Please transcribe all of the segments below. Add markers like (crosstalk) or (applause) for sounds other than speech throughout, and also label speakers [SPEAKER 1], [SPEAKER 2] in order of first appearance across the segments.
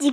[SPEAKER 1] 自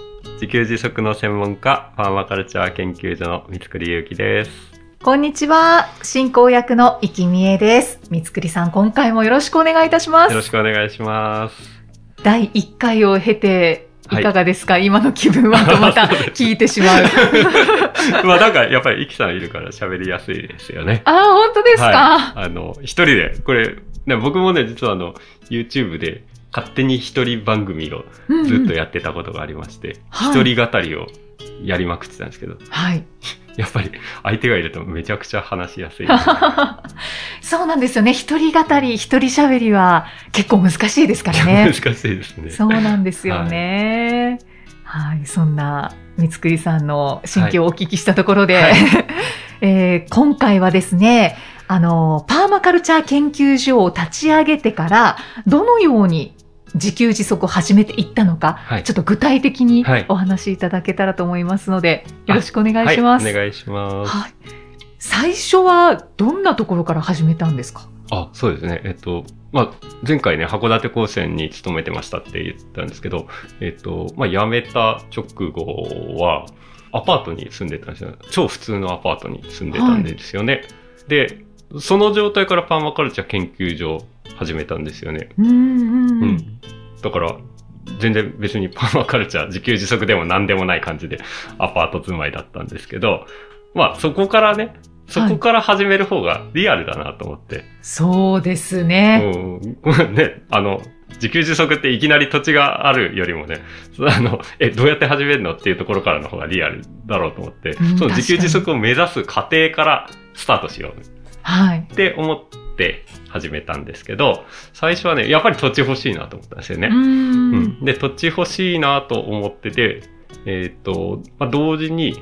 [SPEAKER 2] 自給自足の専門家、パーマカルチャー研究所の三つくりゆうきです。
[SPEAKER 3] こんにちは進行役の生きみえです三つくりさん今回もよろしくお願いいたしま
[SPEAKER 2] よろ
[SPEAKER 3] す
[SPEAKER 2] しくお願いします。 (laughs)
[SPEAKER 3] 第一回を経てい
[SPEAKER 2] はい
[SPEAKER 3] かがですか、今の気分はとまた聞いてしま
[SPEAKER 2] (laughs)
[SPEAKER 3] う
[SPEAKER 2] まあなんかやっぱりイキさんいるから喋りやすいですよね。
[SPEAKER 3] あー本当ですか、
[SPEAKER 2] はい。あの、一人で、これ、ね、僕もね、実はあの、YouTube で勝手に一人番組を
[SPEAKER 3] うんうん
[SPEAKER 2] ずっとやってたことがありまして、
[SPEAKER 3] はい
[SPEAKER 2] 一、人語りをやりまくってたんですけど、
[SPEAKER 3] はい
[SPEAKER 2] やっぱり相手がいるとめちゃくちゃ話しやすい。
[SPEAKER 3] (laughs) そうなんですよね。一人語り、一人喋りは結構難しいですから
[SPEAKER 2] (laughs) 難
[SPEAKER 3] (laughs) ね
[SPEAKER 2] し。いですね。
[SPEAKER 3] そうなんですよね。はい、そんな三つくりさんの心境をお聞きしたところで、
[SPEAKER 2] はいは
[SPEAKER 3] (laughs) えー今回はですね、あの、パーマカルチャー研究所を立ち上げてから、どのように自給自足を始めていったのか、
[SPEAKER 2] はい
[SPEAKER 3] ちょっと具体的に
[SPEAKER 2] はい
[SPEAKER 3] お話しいただけたらと思いますので、よろしくお願いしま
[SPEAKER 2] はい、
[SPEAKER 3] す。
[SPEAKER 2] お願いします。
[SPEAKER 3] はい、最初はどんなところから始めたんですか
[SPEAKER 2] あ、そうですね。えっと、まあ、前回ね、函館高専に勤めてましたって言ったんですけど、えっと、まあ、辞めた直後は、アパートに住んでたんですよ。超普通のアパートに住んでたんですよね。で、その状態からパーマカルチャー研究所始めたんですよね。
[SPEAKER 3] うんうんう
[SPEAKER 2] う
[SPEAKER 3] ん。
[SPEAKER 2] ん。だから、全然別にパーマカルチャー自給自足でも何でもない感じでアパート住まいだったんですけど、まあ、そこからね、そこから始める方がリアルだなと思って、
[SPEAKER 3] そうですね。
[SPEAKER 2] うん、 (laughs) ね、あの、自給自足っていきなり土地があるよりもね、そあの、え、どうやって始めるのっていうところからの方がリアルだろうと思って、
[SPEAKER 3] うん
[SPEAKER 2] その
[SPEAKER 3] 確かに
[SPEAKER 2] 自給自足を目指す過程からスタートしよう
[SPEAKER 3] はい。
[SPEAKER 2] って思って始めたんですけど、最初はね、やっぱり土地欲しいなと思ったんですよね。
[SPEAKER 3] う。
[SPEAKER 2] うんんで、土地欲しいなと思ってて、えーっ、と、まあ、同時に、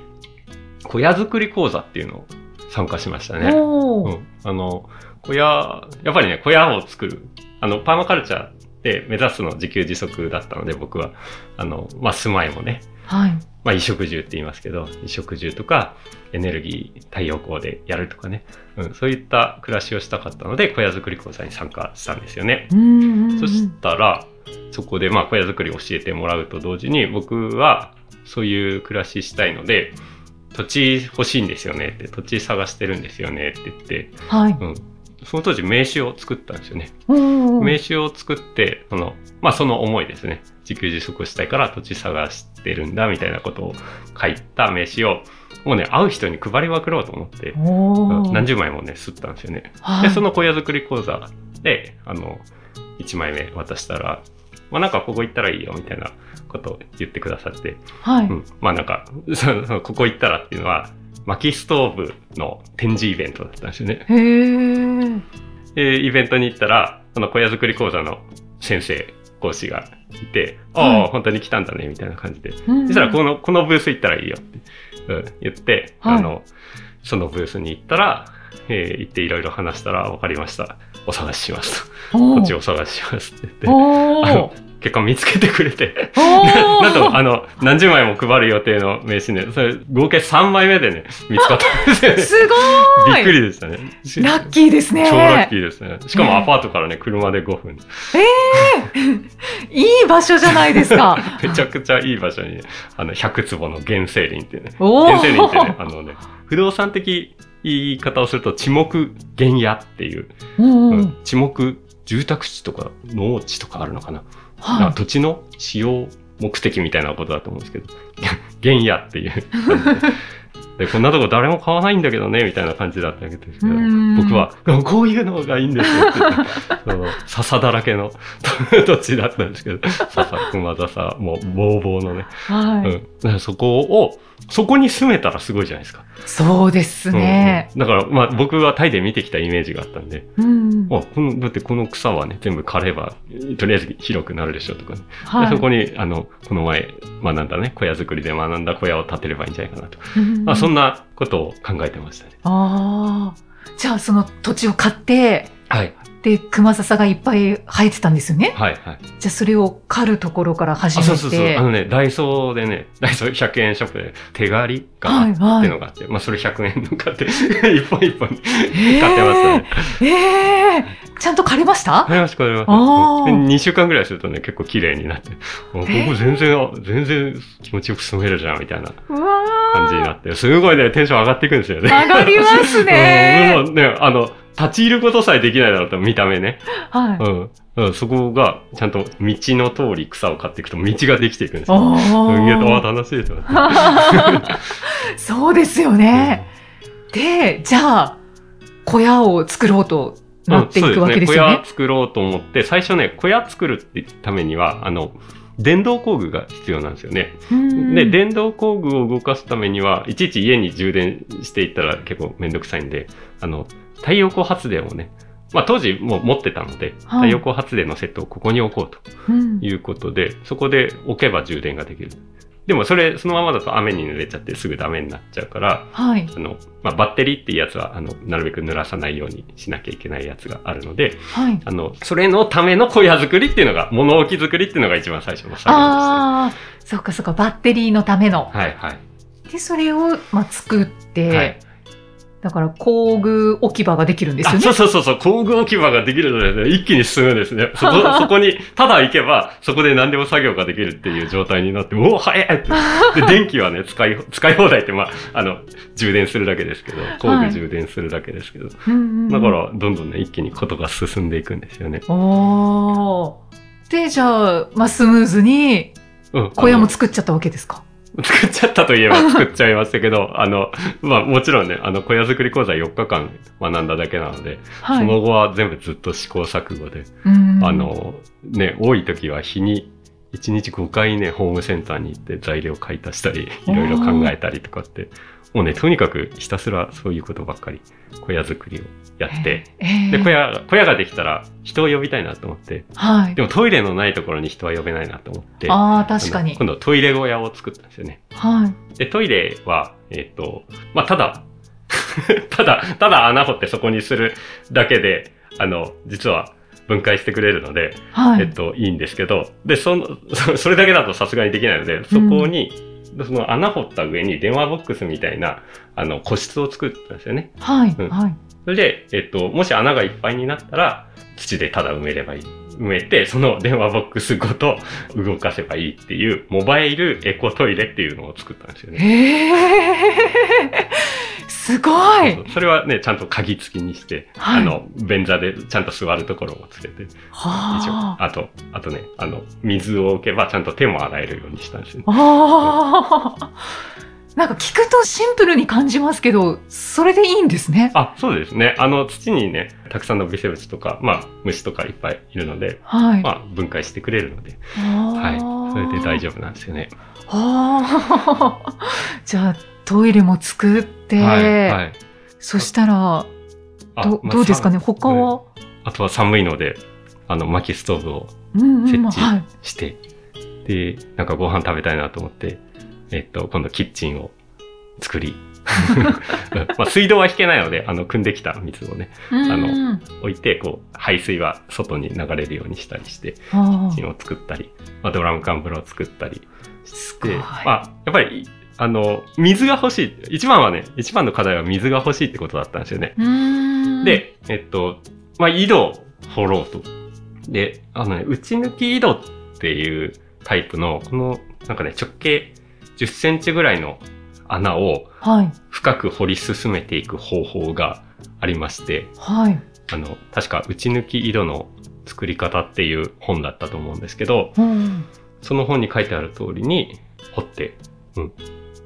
[SPEAKER 2] 小屋作り講座っていうのを参加しましたね。
[SPEAKER 3] お
[SPEAKER 2] う
[SPEAKER 3] ー
[SPEAKER 2] ん、あの小屋やっぱりね小屋を作るあのパーマカルチャーで目指すの自給自足だったので僕はあの、まあ、住まいもね、
[SPEAKER 3] はい。
[SPEAKER 2] まあ、衣食住って言いますけど衣食住とかエネルギー太陽光でやるとかね、うん、そういった暮らしをしたかったので小屋作り講座に参加したんですよね。
[SPEAKER 3] うんうんうん
[SPEAKER 2] そしたらそこでまあ小屋作りを教えてもらうと同時に僕はそういう暮らししたいので土地欲しいんですよねって土地探してるんですよねって言って
[SPEAKER 3] はい。
[SPEAKER 2] うん、その当時名刺を作ったんですよね。
[SPEAKER 3] おー
[SPEAKER 2] 名刺を作って、その、まあその思いですね。自給自足したいから土地探してるんだみたいなことを書いた名刺を、もうね、会う人に配りまくろうと思って、
[SPEAKER 3] お
[SPEAKER 2] うん
[SPEAKER 3] ー
[SPEAKER 2] 何十枚もね、吸ったんですよね。
[SPEAKER 3] は
[SPEAKER 2] で、
[SPEAKER 3] い
[SPEAKER 2] その小屋作り講座で、あの、1枚目渡したら、まあなんかここ行ったらいいよみたいなことを言ってくださって、。
[SPEAKER 3] はいう
[SPEAKER 2] ん、まあなんか、そのそのここ行ったらっていうのは、薪ストーブの展示イベントだったんですよね。
[SPEAKER 3] へー
[SPEAKER 2] えーイベントに行ったら、その小屋作り講座の先生、講師がいて、ああ、
[SPEAKER 3] はい
[SPEAKER 2] 本当に来たんだね、みたいな感じで。
[SPEAKER 3] うんうん
[SPEAKER 2] そしたら、この、このブース行ったらいいよって、うん、言って、
[SPEAKER 3] はい
[SPEAKER 2] あの、そのブースに行ったら、えー行っていろいろ話したら、わかりました。お探ししますと。
[SPEAKER 3] おー
[SPEAKER 2] こっちをお探ししますって言って、
[SPEAKER 3] お
[SPEAKER 2] あ
[SPEAKER 3] ー
[SPEAKER 2] の、結果見つけてくれて、
[SPEAKER 3] おー
[SPEAKER 2] なんと、あの、何十枚も配る予定の名刺ね、それ、合計3枚目でね、見つかったんですよね。
[SPEAKER 3] すごーい
[SPEAKER 2] びっくりでしたね。
[SPEAKER 3] ラッキーですね。
[SPEAKER 2] 超ラッキーですね。しか
[SPEAKER 3] ね
[SPEAKER 2] もアパートからね、車で5分。
[SPEAKER 3] いい場所じゃないですか。
[SPEAKER 2] (laughs) めちゃくちゃいい場所に、ね、あの、100坪の原生林っていうね。
[SPEAKER 3] おー
[SPEAKER 2] 原生林ってね、あのね、不動産的言い方をすると、地木原野っていう、
[SPEAKER 3] うんうん
[SPEAKER 2] うん地木住宅地とか農地とかあるのかな。なん
[SPEAKER 3] は
[SPEAKER 2] か土地の使用目的みたいなことだと思うんですけど、 (laughs) 原野っていう (laughs) 感じで。でこんなとこ誰も買わないんだけどね、みたいな感じだったわけですけど
[SPEAKER 3] う、ん
[SPEAKER 2] 僕は、 (laughs) こういうのがいいんですよって言って (laughs) その笹だらけの (laughs) 土地だったんですけど、笹、熊笹、もう、ぼうぼうのね。
[SPEAKER 3] い。は
[SPEAKER 2] う
[SPEAKER 3] い。
[SPEAKER 2] んだからそこを、そこに住めたらすごいじゃないですか。
[SPEAKER 3] そうですね。
[SPEAKER 2] うんうんだから、まあ僕はタイで見てきたイメージがあったんで、
[SPEAKER 3] うん
[SPEAKER 2] あこのだってこの草はね、全部枯れば、とりあえず広くなるでしょうとかね。で
[SPEAKER 3] はい
[SPEAKER 2] そこに、あの、この前学んだね、小屋作りで学んだ小屋を建てればいいんじゃないかなと。
[SPEAKER 3] うん
[SPEAKER 2] まあ、そんなことを考えてましたね。
[SPEAKER 3] ああ。じゃあその土地を買って、
[SPEAKER 2] はい。
[SPEAKER 3] で、熊笹がいっぱい生えてたんですよね。
[SPEAKER 2] はい、はい。
[SPEAKER 3] じゃあそれを狩るところから始
[SPEAKER 2] あ、
[SPEAKER 3] めて。
[SPEAKER 2] そうそうそう。あのね、ダイソーでね、ダイソー100円ショップで手刈りが
[SPEAKER 3] はいは
[SPEAKER 2] って
[SPEAKER 3] い。
[SPEAKER 2] のがあって、まあそれ100円の買って、 (laughs) 一本一本
[SPEAKER 3] ええ
[SPEAKER 2] 買ってましたね。
[SPEAKER 3] ええちゃんと枯れました
[SPEAKER 2] 買いました、買いました。
[SPEAKER 3] あー
[SPEAKER 2] 2週間ぐらいするとね、結構綺麗になって、あここ全然、あ全然気持ちよく住めるじゃん、みたいな
[SPEAKER 3] うわ
[SPEAKER 2] 感じになって、すごいね、テンション上がっていくんですよね。
[SPEAKER 3] 上がります
[SPEAKER 2] うん
[SPEAKER 3] ね。
[SPEAKER 2] もうね、あの、立ち入ることさえできないだろうと、見た目ね。
[SPEAKER 3] はい。
[SPEAKER 2] うん。うん、そこが、ちゃんと道の通り草を買っていくと道ができていくんですよ。
[SPEAKER 3] お
[SPEAKER 2] うんいやあ
[SPEAKER 3] ー
[SPEAKER 2] 楽しいと思って。
[SPEAKER 3] そうですよね。で、じゃあ、小屋を作ろうとなっていくわけですよ
[SPEAKER 2] うんそう
[SPEAKER 3] ね
[SPEAKER 2] 小屋。作ろうと思って、最初ね、小屋作るってためには、あの、電動工具が必要なんですよね。
[SPEAKER 3] うん
[SPEAKER 2] で、電動工具を動かすためには、いちいち家に充電していったら結構めんどくさいんで、あの、太陽光発電をね、まあ当時もう持ってたので、
[SPEAKER 3] はい
[SPEAKER 2] 太陽光発電のセットをここに置こうと
[SPEAKER 3] うん
[SPEAKER 2] いうことで、そこで置けば充電ができる。でもそれ、そのままだと雨に濡れちゃってすぐダメになっちゃうから、
[SPEAKER 3] はい。
[SPEAKER 2] あの、まあ、バッテリーっていうやつは、あの、なるべく濡らさないようにしなきゃいけないやつがあるので、
[SPEAKER 3] はい。
[SPEAKER 2] あの、それのための小屋作りっていうのが、物置作りっていうのが一番最初の作業
[SPEAKER 3] ああ、そうかそうか、バッテリーのための
[SPEAKER 2] で。すね。はいはい。
[SPEAKER 3] で、それを、まあ、作って、
[SPEAKER 2] はい
[SPEAKER 3] だから工具置き場ができるんですよ
[SPEAKER 2] あ
[SPEAKER 3] ね。
[SPEAKER 2] そうそうそうそう、工具置き場ができるので、ね、一気に進むんですね。そ
[SPEAKER 3] (laughs)
[SPEAKER 2] こ、そこに、ただ行けば、そこで何でも作業ができるっていう状態になって、もう早いって。で、電気はね、使い、使い放題って、まあ、あの、充電するだけですけど、工
[SPEAKER 3] は
[SPEAKER 2] 具
[SPEAKER 3] い
[SPEAKER 2] 充電するだけですけど、
[SPEAKER 3] うんうんうん
[SPEAKER 2] だか。ら、どんどんね、一気にことが進んでいくんですよね。
[SPEAKER 3] おーで、じゃあ、まあ、スムーズに
[SPEAKER 2] うん。
[SPEAKER 3] 小屋
[SPEAKER 2] あの
[SPEAKER 3] も作っちゃったわけですか。
[SPEAKER 2] 作っちゃったといえば作っちゃいましたけど、あ (laughs) の、まあもちろんね、あの小屋作り講座4日間学んだだけなので、
[SPEAKER 3] は
[SPEAKER 2] そ
[SPEAKER 3] い。
[SPEAKER 2] の後は全部ずっと試行錯誤で、
[SPEAKER 3] うん
[SPEAKER 2] あ、の、ね、多い時は日に1日5回ね、ホームセンターに行って材料買い足したり、いろいろ考えたりとかって、もうね、とにかくひたすらそういうことばっかり、小屋作りをやって、
[SPEAKER 3] えー、
[SPEAKER 2] で、小屋、小屋ができたら人を呼びたいなと思って、
[SPEAKER 3] はい
[SPEAKER 2] で。もトイレのないところに人は呼べないなと思って、
[SPEAKER 3] ああ、確か
[SPEAKER 2] あの
[SPEAKER 3] に。
[SPEAKER 2] 今度トイレ小屋を作ったんですよね。
[SPEAKER 3] はい。
[SPEAKER 2] で、トイレは、えっ、と、まあ、ただ、 (laughs) ただ、ただ穴掘ってそこにするだけで、あの、実は分解してくれるので、
[SPEAKER 3] はい。
[SPEAKER 2] えっと、いいんですけど、で、その、そそれだけだとさすがにできないので、そこに、その穴掘った上に電話ボックスみたいな、あの、個室を作ったんですよね。
[SPEAKER 3] はい。
[SPEAKER 2] うん
[SPEAKER 3] はい。
[SPEAKER 2] それで、えっと、もし穴がいっぱいになったら、土でただ埋めればいい。埋めて、その電話ボックスごと動かせばいいっていう、モバイルエコトイレっていうのを作ったんですよね。
[SPEAKER 3] えー、 (laughs) すごい。
[SPEAKER 2] それはね、ちゃんと鍵付きにして、
[SPEAKER 3] はい
[SPEAKER 2] あの、便座でちゃんと座るところをつけて、以上。
[SPEAKER 3] はあ。
[SPEAKER 2] あと、あとね、あの、水を置けばちゃんと手も洗えるようにしたんですよね。
[SPEAKER 3] ああ。なんか聞くとシンプルに感じますけど、それでいいんですね。
[SPEAKER 2] あ、そうですね。あの、土にね、たくさんの微生物とか、まあ、虫とかいっぱいいるので、
[SPEAKER 3] はい。
[SPEAKER 2] まあ、分解してくれるので、はい。それで大丈夫なんですよね。
[SPEAKER 3] 夫。ああ。 (laughs) じゃあ、トイレも作って、
[SPEAKER 2] はい。はい。
[SPEAKER 3] そしたら、
[SPEAKER 2] あ
[SPEAKER 3] ど
[SPEAKER 2] まあ
[SPEAKER 3] どうですかね
[SPEAKER 2] さ
[SPEAKER 3] 他は、
[SPEAKER 2] あとは寒いので、あの、薪ストーブを
[SPEAKER 3] うんうん、
[SPEAKER 2] 設置
[SPEAKER 3] はい。
[SPEAKER 2] して、で、なんかご飯食べたいなと思って、えっと、今度キッチンを作り、 (laughs) うんまあ、水道は引けないので、あの、汲んできた水をね、
[SPEAKER 3] うん
[SPEAKER 2] あの置いて、こう、排水は外に流れるようにしたりして、キ
[SPEAKER 3] あ
[SPEAKER 2] ッチ
[SPEAKER 3] ー
[SPEAKER 2] ンを作ったり、まあ、ドラム缶風呂を作ったり
[SPEAKER 3] す
[SPEAKER 2] し
[SPEAKER 3] ごい
[SPEAKER 2] て、まあ、やっぱり、あの、水が欲しい。一番はね、一番の課題は水が欲しいってことだったんですよね。
[SPEAKER 3] うん、
[SPEAKER 2] で、えっと、まあ、井戸を掘ろうと。で、あのね、打ち抜き井戸っていうタイプの、この、なんかね、直径10センチぐらいの穴を
[SPEAKER 3] はい、
[SPEAKER 2] 深く掘り進めていく方法がありまして、
[SPEAKER 3] はい。
[SPEAKER 2] あの、確か打ち抜き井戸の作り方っていう本だったと思うんですけど、 (laughs)
[SPEAKER 3] うん
[SPEAKER 2] その本に書いてある通りに掘って、うん。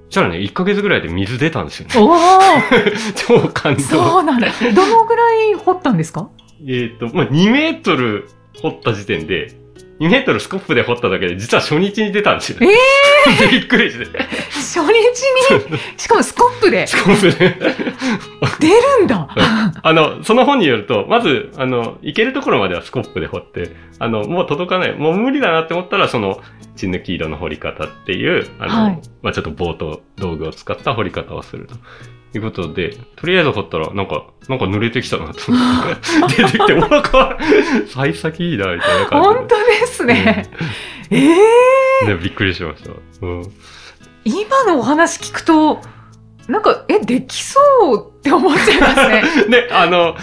[SPEAKER 2] そしたらね、1ヶ月ぐらいで水出たんですよね。
[SPEAKER 3] おー
[SPEAKER 2] 超感動。
[SPEAKER 3] そうなんだ。どのぐらい掘ったんですか
[SPEAKER 2] えっ、と、まあ、2メートル掘った時点で、 2メートルスコップで掘っただけで、実は初日に出たんですよ。
[SPEAKER 3] え
[SPEAKER 2] (laughs) びっくりして。
[SPEAKER 3] 初日
[SPEAKER 2] (laughs)
[SPEAKER 3] に、しかもスコップで
[SPEAKER 2] スコップで。
[SPEAKER 3] 出るんだ。
[SPEAKER 2] あの、その本によると、まず、あの、行けるところまではスコップで掘って、あの、もう届かない、もう無理だなって思ったら、その、血抜き色の掘り方っていう、あの、
[SPEAKER 3] はい
[SPEAKER 2] まあちょっと棒と道具を使った掘り方をすると。いうことで、とりあえず掘ったら、なんか、なんか濡れてきたなと
[SPEAKER 3] (laughs)
[SPEAKER 2] 思って、出てきて、お腹、幸先いいな、みたいな感じ
[SPEAKER 3] 本
[SPEAKER 2] で。
[SPEAKER 3] 当ですね。ええ
[SPEAKER 2] ね、びっくりしました。うん。
[SPEAKER 3] 今のお話聞くと、なんか、え、できそうって思っちゃいますね。
[SPEAKER 2] (laughs) で、あの、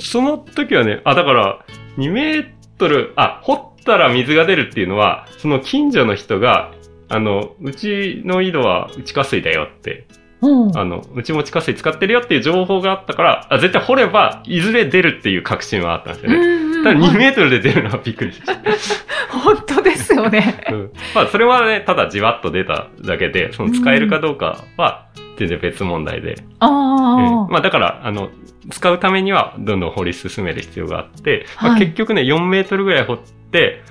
[SPEAKER 2] その時はね、あ、だから、2メートル、あ、掘ったら水が出るっていうのは、その近所の人が、あの、うちの井戸は地下水だよって、
[SPEAKER 3] うん。
[SPEAKER 2] あの、うちも地下水使ってるよっていう情報があったから、あ絶対掘れば、いずれ出るっていう確信はあったんですよね。
[SPEAKER 3] うん
[SPEAKER 2] ただ
[SPEAKER 3] うん
[SPEAKER 2] 2メートルで出るのはびっくりしました。
[SPEAKER 3] 本当ですよね。
[SPEAKER 2] (laughs) うんまあ、それはね、ただじわっと出ただけで、その使えるかどうかは全然別問題で、ええ
[SPEAKER 3] ああ。
[SPEAKER 2] まあだから、あの、使うためにはどんどん掘り進める必要があって、ま
[SPEAKER 3] は
[SPEAKER 2] あ、
[SPEAKER 3] い
[SPEAKER 2] 結局ね、4メートルぐらい掘って、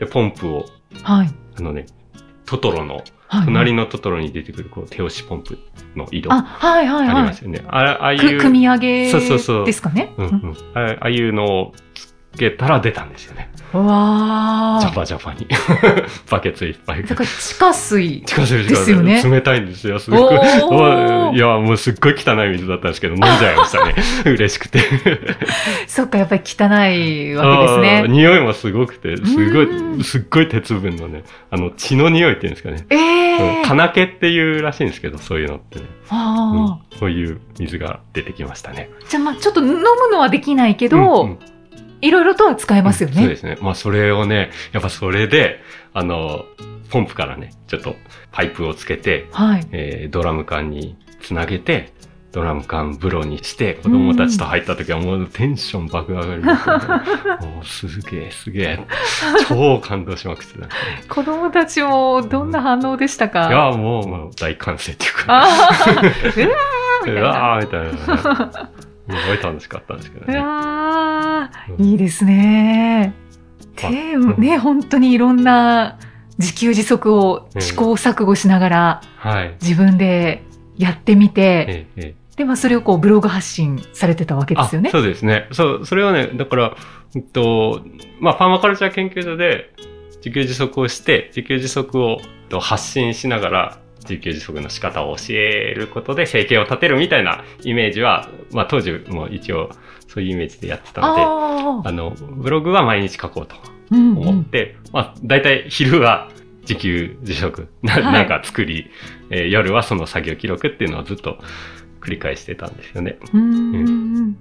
[SPEAKER 2] で、ポンプを、
[SPEAKER 3] はい。
[SPEAKER 2] あのね、トトロの、
[SPEAKER 3] はい。
[SPEAKER 2] 隣のトトロに出てくる、こう、手押しポンプの井戸
[SPEAKER 3] あ、
[SPEAKER 2] あ
[SPEAKER 3] はいはい
[SPEAKER 2] り
[SPEAKER 3] は
[SPEAKER 2] ま
[SPEAKER 3] い
[SPEAKER 2] す。よね。ああああい
[SPEAKER 3] く
[SPEAKER 2] う、
[SPEAKER 3] 組み上げ
[SPEAKER 2] そうそうそう
[SPEAKER 3] ですかね。
[SPEAKER 2] うんうん、ああああいうのをつけたら出たんですよね。
[SPEAKER 3] うんわ
[SPEAKER 2] ジャ
[SPEAKER 3] あ。
[SPEAKER 2] パジャパに。 (laughs) バケツいっぱい。
[SPEAKER 3] だから地下
[SPEAKER 2] (laughs)
[SPEAKER 3] 水。
[SPEAKER 2] 近づいて
[SPEAKER 3] ですよね
[SPEAKER 2] 冷たいんですよ、すご
[SPEAKER 3] お
[SPEAKER 2] く。
[SPEAKER 3] お
[SPEAKER 2] い。や、 (laughs) もうすっごい汚い水だったんですけど、飲んじゃい
[SPEAKER 3] (laughs)
[SPEAKER 2] ましたね。嬉しくて。
[SPEAKER 3] そっか、やっぱり汚いわけです
[SPEAKER 2] あー
[SPEAKER 3] ね。
[SPEAKER 2] 匂いもすごくて、す
[SPEAKER 3] う
[SPEAKER 2] ご
[SPEAKER 3] ん
[SPEAKER 2] い、すっごい鉄分のね、あの、血の匂いっていうんですかね。
[SPEAKER 3] ええ
[SPEAKER 2] うん。金気っていうらしいんですけど、そういうのってね。うん
[SPEAKER 3] ああ。
[SPEAKER 2] そういう水が出てきましたね。
[SPEAKER 3] じゃあまあちょっと飲むのはできないけ
[SPEAKER 2] うんう
[SPEAKER 3] ど
[SPEAKER 2] ん、
[SPEAKER 3] いろいろとは使えますよ
[SPEAKER 2] そうで
[SPEAKER 3] ね。
[SPEAKER 2] すね。まあ、それをね、やっぱそれで、あの、ポンプからね、ちょっとパイプをつけて、
[SPEAKER 3] はい。
[SPEAKER 2] えードラム缶につなげて、ドラム缶風呂にして、子供たちと入った時はもうテンション爆上がりですよ
[SPEAKER 3] (laughs)
[SPEAKER 2] ねもうすげえ、すげえ。超感動しまくってた。
[SPEAKER 3] 子供たちもどんな反応でした
[SPEAKER 2] い
[SPEAKER 3] か
[SPEAKER 2] や、もう、もう大歓声っていうか、
[SPEAKER 3] あー (laughs) うわーみたいうな。
[SPEAKER 2] わーみたいなね。すごい楽しかったんですけど
[SPEAKER 3] う
[SPEAKER 2] ね。
[SPEAKER 3] わ
[SPEAKER 2] う
[SPEAKER 3] ーいいですね。テーマ
[SPEAKER 2] うん
[SPEAKER 3] ね、本当にいろんな自給自足を試行錯誤しながら
[SPEAKER 2] はい。
[SPEAKER 3] 自分でやってみて、
[SPEAKER 2] ええええ
[SPEAKER 3] で、まあそれをこうブログ発信されてたわけで
[SPEAKER 2] あ、
[SPEAKER 3] すよね。
[SPEAKER 2] そうですね。そう、それはね、だから、うんと、まあ、パーマカルチャー研究所で自給自足をして、自給自足をうんと発信しながら、自給自足の仕方を教えることで生計を立てるみたいなイメージは、まあ、当時も一応そういうイメージでやってたので、あ
[SPEAKER 3] ああ、
[SPEAKER 2] の、ブログは毎日書こうと
[SPEAKER 3] うんう
[SPEAKER 2] 思っ
[SPEAKER 3] ん。
[SPEAKER 2] て、まあ、大体昼は自給自足、な
[SPEAKER 3] はい
[SPEAKER 2] なんか作り、えー夜はその作業記録っていうのをずっと繰り返してたんですよね。
[SPEAKER 3] うんうんうん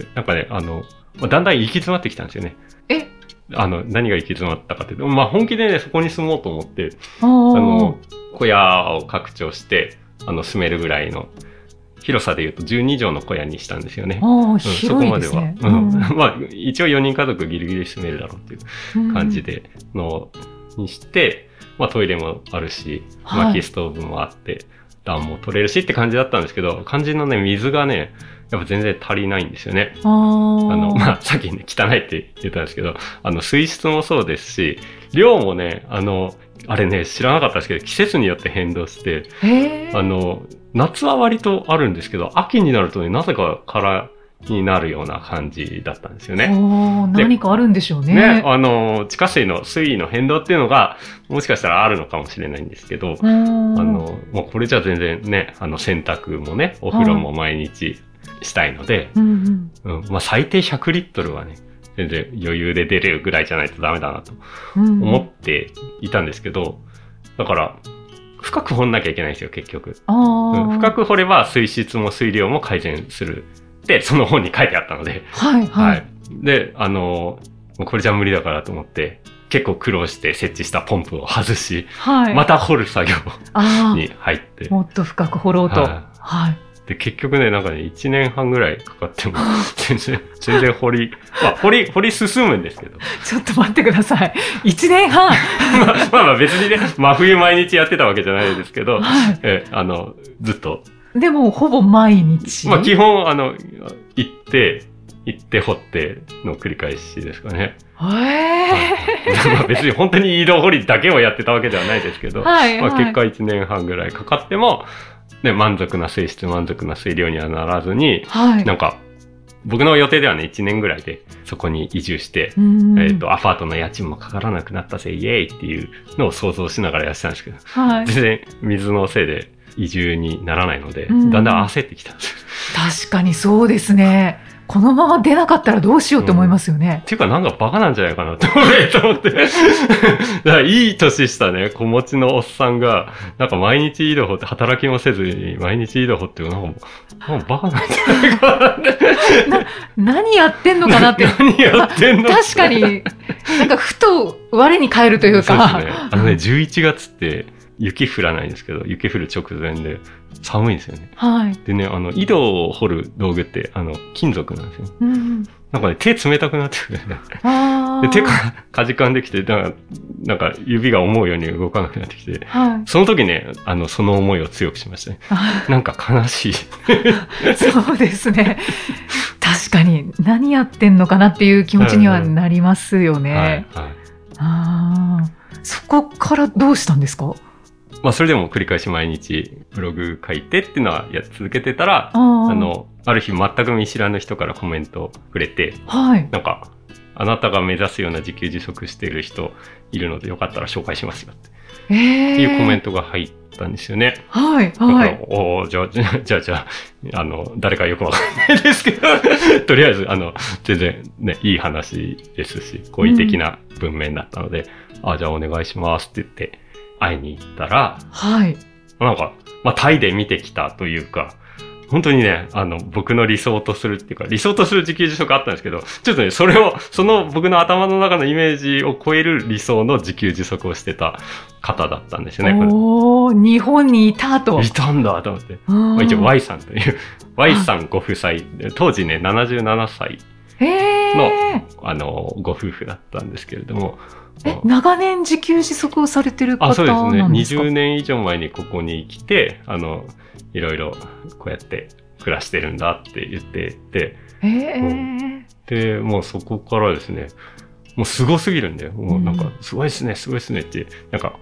[SPEAKER 2] で、なんかね、あの、まあだんだん行き詰まってきたんですよね。
[SPEAKER 3] え
[SPEAKER 2] あの、何が行き詰まったかっていうと、まあ本気でね、そこに住もうと思って、
[SPEAKER 3] あ
[SPEAKER 2] あ
[SPEAKER 3] ー
[SPEAKER 2] の、小屋を拡張して、あの、住めるぐらいの、広さで言うと12畳の小屋にしたんですよね。
[SPEAKER 3] あ
[SPEAKER 2] うん
[SPEAKER 3] ー、
[SPEAKER 2] そこ
[SPEAKER 3] 広い
[SPEAKER 2] ま
[SPEAKER 3] で
[SPEAKER 2] ですは。
[SPEAKER 3] ね。
[SPEAKER 2] うん。 (laughs) まあ、一応4人家族ギリギリ住めるだろうっていう
[SPEAKER 3] うん
[SPEAKER 2] 感じ。で、の、にして、まあトイレもあるし、
[SPEAKER 3] はい
[SPEAKER 2] 薪ストーブもあって、暖も取れるしって感じだったんですけど、肝心のね、水がね、やっぱ全然足りないんですよね。
[SPEAKER 3] あー
[SPEAKER 2] あの、まあ、さっきね、汚いって言ったんですけど、あの、水質もそうですし、量もね、あの、あれね、知らなかったんですけど、季節によって変動して、
[SPEAKER 3] へー
[SPEAKER 2] あの、夏は割とあるんですけど、秋になるとね、なぜか空になるような感じだったんですよね。
[SPEAKER 3] おー
[SPEAKER 2] で
[SPEAKER 3] 何かあるんでしょう
[SPEAKER 2] ね
[SPEAKER 3] ね、。
[SPEAKER 2] あの、地下水の水位の変動っていうのが、もしかしたらあるのかもしれないんですけど、
[SPEAKER 3] あ
[SPEAKER 2] あの、もうこれじゃ全然ね、あの、洗濯もね、お風呂も毎日したいので、
[SPEAKER 3] うんうん
[SPEAKER 2] うん、まあ最低100リットルはね、全然余裕で出れるぐらいじゃないとダメだなと
[SPEAKER 3] うん
[SPEAKER 2] 思っていたんですけど、だから、深く掘んなきゃいけないんですよ、結局。
[SPEAKER 3] あ
[SPEAKER 2] う
[SPEAKER 3] ー
[SPEAKER 2] ん、深く掘れば水質も水量も改善するって、その本に書いてあったので、
[SPEAKER 3] はいはい。
[SPEAKER 2] で、あのもうこれじゃ無理だからと思って、結構苦労して設置したポンプを外し、
[SPEAKER 3] はい。
[SPEAKER 2] また掘る作
[SPEAKER 3] あ
[SPEAKER 2] 業
[SPEAKER 3] ー
[SPEAKER 2] に入って、
[SPEAKER 3] もっと深く掘ろうと。
[SPEAKER 2] は
[SPEAKER 3] はい。
[SPEAKER 2] で、結局ね、なんかね、1年半ぐらいかかっ
[SPEAKER 3] (laughs)
[SPEAKER 2] ても、全然、全然掘り、まあ、掘り、掘り進むんですけど。 (laughs)
[SPEAKER 3] ちょっと待ってください。一年半。
[SPEAKER 2] まあまあまあ別にね、真冬毎日やってたわけじゃないですけど、
[SPEAKER 3] は
[SPEAKER 2] えあの、ずっと。
[SPEAKER 3] い。でも、ほぼ毎日。
[SPEAKER 2] まあ基本、あの、行って、行って掘っての繰り返しですかね。
[SPEAKER 3] え
[SPEAKER 2] はいまあ別に本当に井戸掘りだけをやってたわけではないですけ
[SPEAKER 3] ー
[SPEAKER 2] ど、
[SPEAKER 3] はい。
[SPEAKER 2] まあ、結果
[SPEAKER 3] はい
[SPEAKER 2] 1年半ぐらいかかっても、ね、満足な水質、満足な水量にはならずに、
[SPEAKER 3] はい。
[SPEAKER 2] なんか、僕の予定ではね、1年ぐらいでそこに移住して、
[SPEAKER 3] うん
[SPEAKER 2] えっ、と、アパートの家賃もかからなくなったぜ、イエーイっていうのを想像しながらやってたんですけど、
[SPEAKER 3] はい。
[SPEAKER 2] 全然水のせいで移住にならないので、
[SPEAKER 3] うん
[SPEAKER 2] だんだん焦ってきたんですよ。
[SPEAKER 3] 確かにそうですね。このまま出なかったらどうしようって思いますよね。
[SPEAKER 2] っていうかなんかバカなんじゃないかなと思ってと思って。だからいい年したね、子持ちのおっさんが、なんか毎日井戸掘って、働きもせずに毎日井戸掘って、なんかもう、なんかバカなんじゃないかなって。
[SPEAKER 3] 何やってんのかなって。
[SPEAKER 2] 何やって (laughs) んの
[SPEAKER 3] 確かに、なんかふと我に返るという
[SPEAKER 2] そう
[SPEAKER 3] か。
[SPEAKER 2] ですね。あのね、11月って雪降らないんですけど、雪降る直前で寒いんですよね。
[SPEAKER 3] はい。
[SPEAKER 2] でね、あの、井戸を掘る道具って、あの、金属なんですよね。
[SPEAKER 3] うん、
[SPEAKER 2] なんかね、手冷たくなってくるね。
[SPEAKER 3] あ
[SPEAKER 2] で
[SPEAKER 3] ー
[SPEAKER 2] 手か、かじかんできて、なんか、なんか指が思うように動かなくなってきて、
[SPEAKER 3] はい。 (laughs)
[SPEAKER 2] その時ね、あの、その思いを強くしましたね。
[SPEAKER 3] あ
[SPEAKER 2] なんか悲しい。
[SPEAKER 3] そうですね。確かに何やってんのかなっていう気持ちにはなりますよね。
[SPEAKER 2] はい。はい。
[SPEAKER 3] あーそこからどうしたんですか
[SPEAKER 2] まあ、それでも繰り返し毎日ブログ書いてっていうのはや続けてたら、
[SPEAKER 3] あ
[SPEAKER 2] あ
[SPEAKER 3] ー
[SPEAKER 2] の、ある日全く見知らぬ人からコメントをくれて、
[SPEAKER 3] はい。
[SPEAKER 2] なんか、あなたが目指すような自給自足してる人いるのでよかったら紹介しますよっ
[SPEAKER 3] え
[SPEAKER 2] て
[SPEAKER 3] ー、
[SPEAKER 2] いうコメントが入ったんですよね。
[SPEAKER 3] はい、
[SPEAKER 2] だか
[SPEAKER 3] は
[SPEAKER 2] ら
[SPEAKER 3] い。
[SPEAKER 2] おーじゃあ、じ (laughs) ゃあ、じゃあ、じゃあ、あの、誰かよくわかんないですけど、 (laughs) とりあえず、あの、全然ね、いい話ですし、好意的な文面だったので、あ、じゃあお願いしますって言って、会いに行ったら、
[SPEAKER 3] はい。
[SPEAKER 2] なんか、まあ、タイで見てきたというか、本当にね、あの、僕の理想とするっていうか、理想とする自給自足があったんですけど、ちょっとね、それを、その僕の頭の中のイメージを超える理想の自給自足をしてた方だったんですよね、これ。
[SPEAKER 3] おー日本にいたと。
[SPEAKER 2] いたんだと思って。
[SPEAKER 3] ま
[SPEAKER 2] まあ、一応 Y さんという、Y (laughs) さんご夫妻、当時ね、77歳、
[SPEAKER 3] えー、
[SPEAKER 2] のあの、ご夫婦だったんですけれども、
[SPEAKER 3] え、長年自給自足をされてる方
[SPEAKER 2] あ、そうですね。
[SPEAKER 3] なんですか
[SPEAKER 2] 20年以上前にここに来て、あの、いろいろこうやって暮らしてるんだって言ってて、
[SPEAKER 3] えー
[SPEAKER 2] うで、もうそこからですね、もうすごすぎるんだよ。もうなん
[SPEAKER 3] う
[SPEAKER 2] か
[SPEAKER 3] ん、
[SPEAKER 2] すごいですね、すごいですねって、なんか、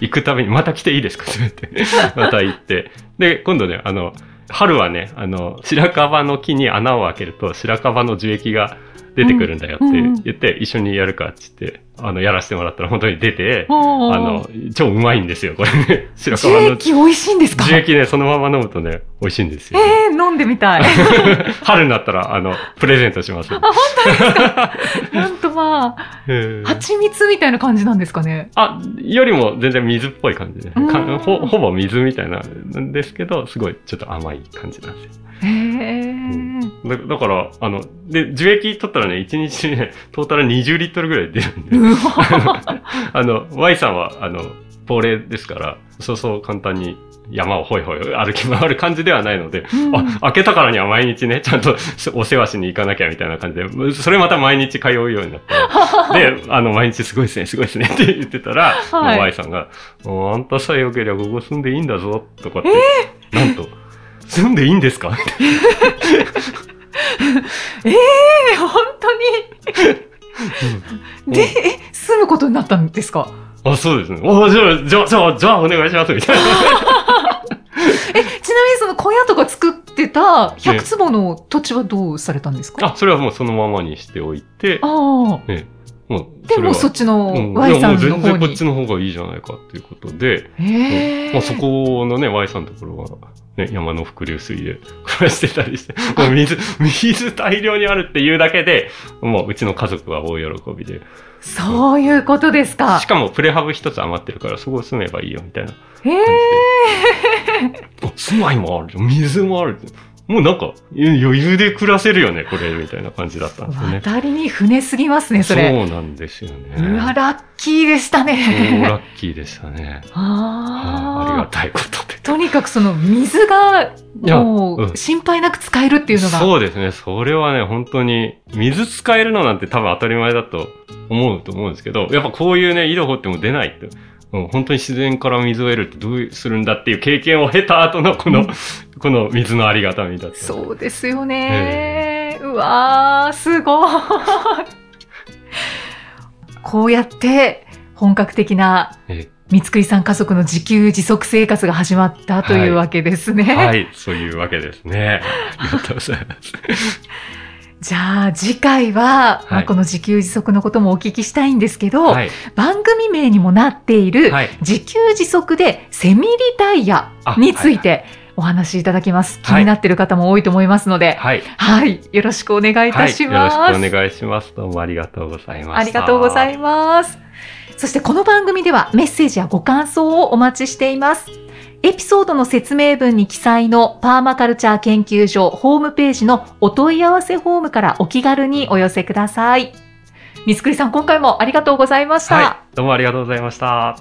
[SPEAKER 2] 行くたびに、また来ていいですか (laughs) って言って、また行って。で、今度ね、あの、春はね、あの、白樺の木に穴を開けると、白樺の樹液が出てくるんだよって言って、一緒にやるかって言って、あの、やらせてもらったら本当に出て、
[SPEAKER 3] おー
[SPEAKER 2] あの、超うまいんですよ、これね。白
[SPEAKER 3] 樹
[SPEAKER 2] 樺の
[SPEAKER 3] 液美味しいんですか
[SPEAKER 2] 樹液ね、そのまま飲むとね、美味しいんですよ。
[SPEAKER 3] えー、飲んでみ
[SPEAKER 2] (laughs)
[SPEAKER 3] たい。
[SPEAKER 2] 春になったら、あの、プレゼントします。
[SPEAKER 3] なんとまあ、
[SPEAKER 2] へー
[SPEAKER 3] 蜂蜜みたいな感じなんですかね。
[SPEAKER 2] あ、よりも全然水っぽい感じで、
[SPEAKER 3] うん
[SPEAKER 2] かほほぼ水みたいなんですけど、すごいちょっと甘い感じなんですよ。
[SPEAKER 3] えー、
[SPEAKER 2] だだから、あの、で、樹液取ったらね、1日ね、トータル20リットルぐらい出るん
[SPEAKER 3] (laughs)
[SPEAKER 2] で、
[SPEAKER 3] うわ
[SPEAKER 2] あの、Y さんは、あの、高齢ですから、そうそう簡単に山をほいほい歩き回る感じではないので、
[SPEAKER 3] うん
[SPEAKER 2] あ、開けたからには毎日ね、 (laughs) ちゃんとすお世話しに行かなきゃみたいな感じで、それまた毎日通うように
[SPEAKER 3] (laughs)
[SPEAKER 2] なって、で、あの、毎日すごいですね、すごいですねって言ってたら、
[SPEAKER 3] はい
[SPEAKER 2] Y さんが、もうあんたさえ良ければここ住んでいいんだぞ、とかって、なんと、住んでいいんですかって
[SPEAKER 3] えー、本当
[SPEAKER 2] うん
[SPEAKER 3] に。で、え住むことになったんですか
[SPEAKER 2] (laughs) あ、そうですね。おじゃあ、じゃあ、じゃあ、じゃあお願いします、みたいな。
[SPEAKER 3] (laughs) え、ちなみにその小屋とか作ってた
[SPEAKER 2] ええ
[SPEAKER 3] 100坪の土地はどうされたんですか
[SPEAKER 2] あ、それはもうそのままにしておいて、
[SPEAKER 3] ああ。
[SPEAKER 2] もう、
[SPEAKER 3] で
[SPEAKER 2] れ
[SPEAKER 3] も
[SPEAKER 2] は
[SPEAKER 3] そっち
[SPEAKER 2] うん
[SPEAKER 3] の
[SPEAKER 2] いや
[SPEAKER 3] Y さんの
[SPEAKER 2] もう全
[SPEAKER 3] 方
[SPEAKER 2] 然こっ
[SPEAKER 3] に
[SPEAKER 2] ち。の方がいいじゃないかっていうことで、
[SPEAKER 3] ええ
[SPEAKER 2] まあ、そこのね、Y さんのところは、ね、山の伏流水で (laughs) 暮らしてたりして、もう水、水大量にあるっていうだけで、もううちの家族は大喜びで、
[SPEAKER 3] そういうことですか
[SPEAKER 2] し。かもプレハブ一つ余ってるからそこ住めばいいよみたいな感
[SPEAKER 3] ええ
[SPEAKER 2] じで、あ住まいもある、水もある。もうなんか余裕で暮らせるよね、これ、みたいな感じだったんですよね。
[SPEAKER 3] 渡りに船すぎますね、それ。
[SPEAKER 2] そうなんですよね。
[SPEAKER 3] うわ、ラッキーでした
[SPEAKER 2] そう
[SPEAKER 3] ね。
[SPEAKER 2] ラッキーでしたね。はいありが
[SPEAKER 3] ああ。
[SPEAKER 2] たいことで。
[SPEAKER 3] とにかくその水が
[SPEAKER 2] いや
[SPEAKER 3] も
[SPEAKER 2] うん
[SPEAKER 3] う心配なく使えるっていうのが。
[SPEAKER 2] そうですね。それはね、本当に、水使えるのなんて多分当たり前だと思うと思うんですけど、やっぱこういうね、井戸掘っても出ないって。うん本当に自然から水を得るってどういうするんだっていう経 (laughs) 験を経た後のこの、この水のありがたみだった。
[SPEAKER 3] そうですよね。うわー、すごい。こうやって本格的な
[SPEAKER 2] え
[SPEAKER 3] 三つくりさん家族の自給自足生活が始まったというわけですね。
[SPEAKER 2] はい、そういうわけですね。ありがとうございます。
[SPEAKER 3] じゃあ次回は、ま
[SPEAKER 2] は
[SPEAKER 3] あ、
[SPEAKER 2] い
[SPEAKER 3] この自給自足のこともお聞きしたいんですけど、
[SPEAKER 2] はい。
[SPEAKER 3] 番組名にもなっている
[SPEAKER 2] はい
[SPEAKER 3] 自給自足でセミリタイヤについてお話しいただきます。気
[SPEAKER 2] はい
[SPEAKER 3] になっている方も多いと思いますので、
[SPEAKER 2] はい。
[SPEAKER 3] はい、よろしくお願いい
[SPEAKER 2] は
[SPEAKER 3] た
[SPEAKER 2] い。
[SPEAKER 3] し
[SPEAKER 2] よろ
[SPEAKER 3] ま
[SPEAKER 2] し
[SPEAKER 3] す。
[SPEAKER 2] くお願いします。どうもありがとうございました。
[SPEAKER 3] ありがとうござ
[SPEAKER 2] ま
[SPEAKER 3] います。そしてこの番組ではメッセージやご感想をお待ちしています。エピソードの説明文に記載のパーマカルチャー研究所ホームページのお問い合わせフォームからお気軽にお寄せください。三つくりさん、今回もありがとうございました。
[SPEAKER 2] はい。どうもありがとうございました。